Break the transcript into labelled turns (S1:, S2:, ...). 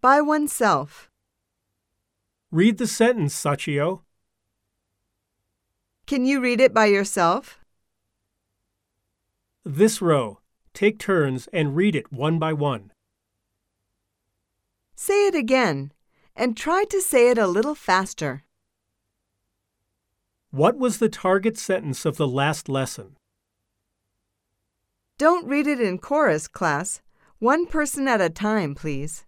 S1: By oneself.
S2: Read the sentence, Sachio.
S1: Can you read it by yourself?
S2: This row. Take turns and read it one by one.
S1: Say it again and try to say it a little faster.
S2: What was the target sentence of the last lesson?
S1: Don't read it in chorus, class. One person at a time, please.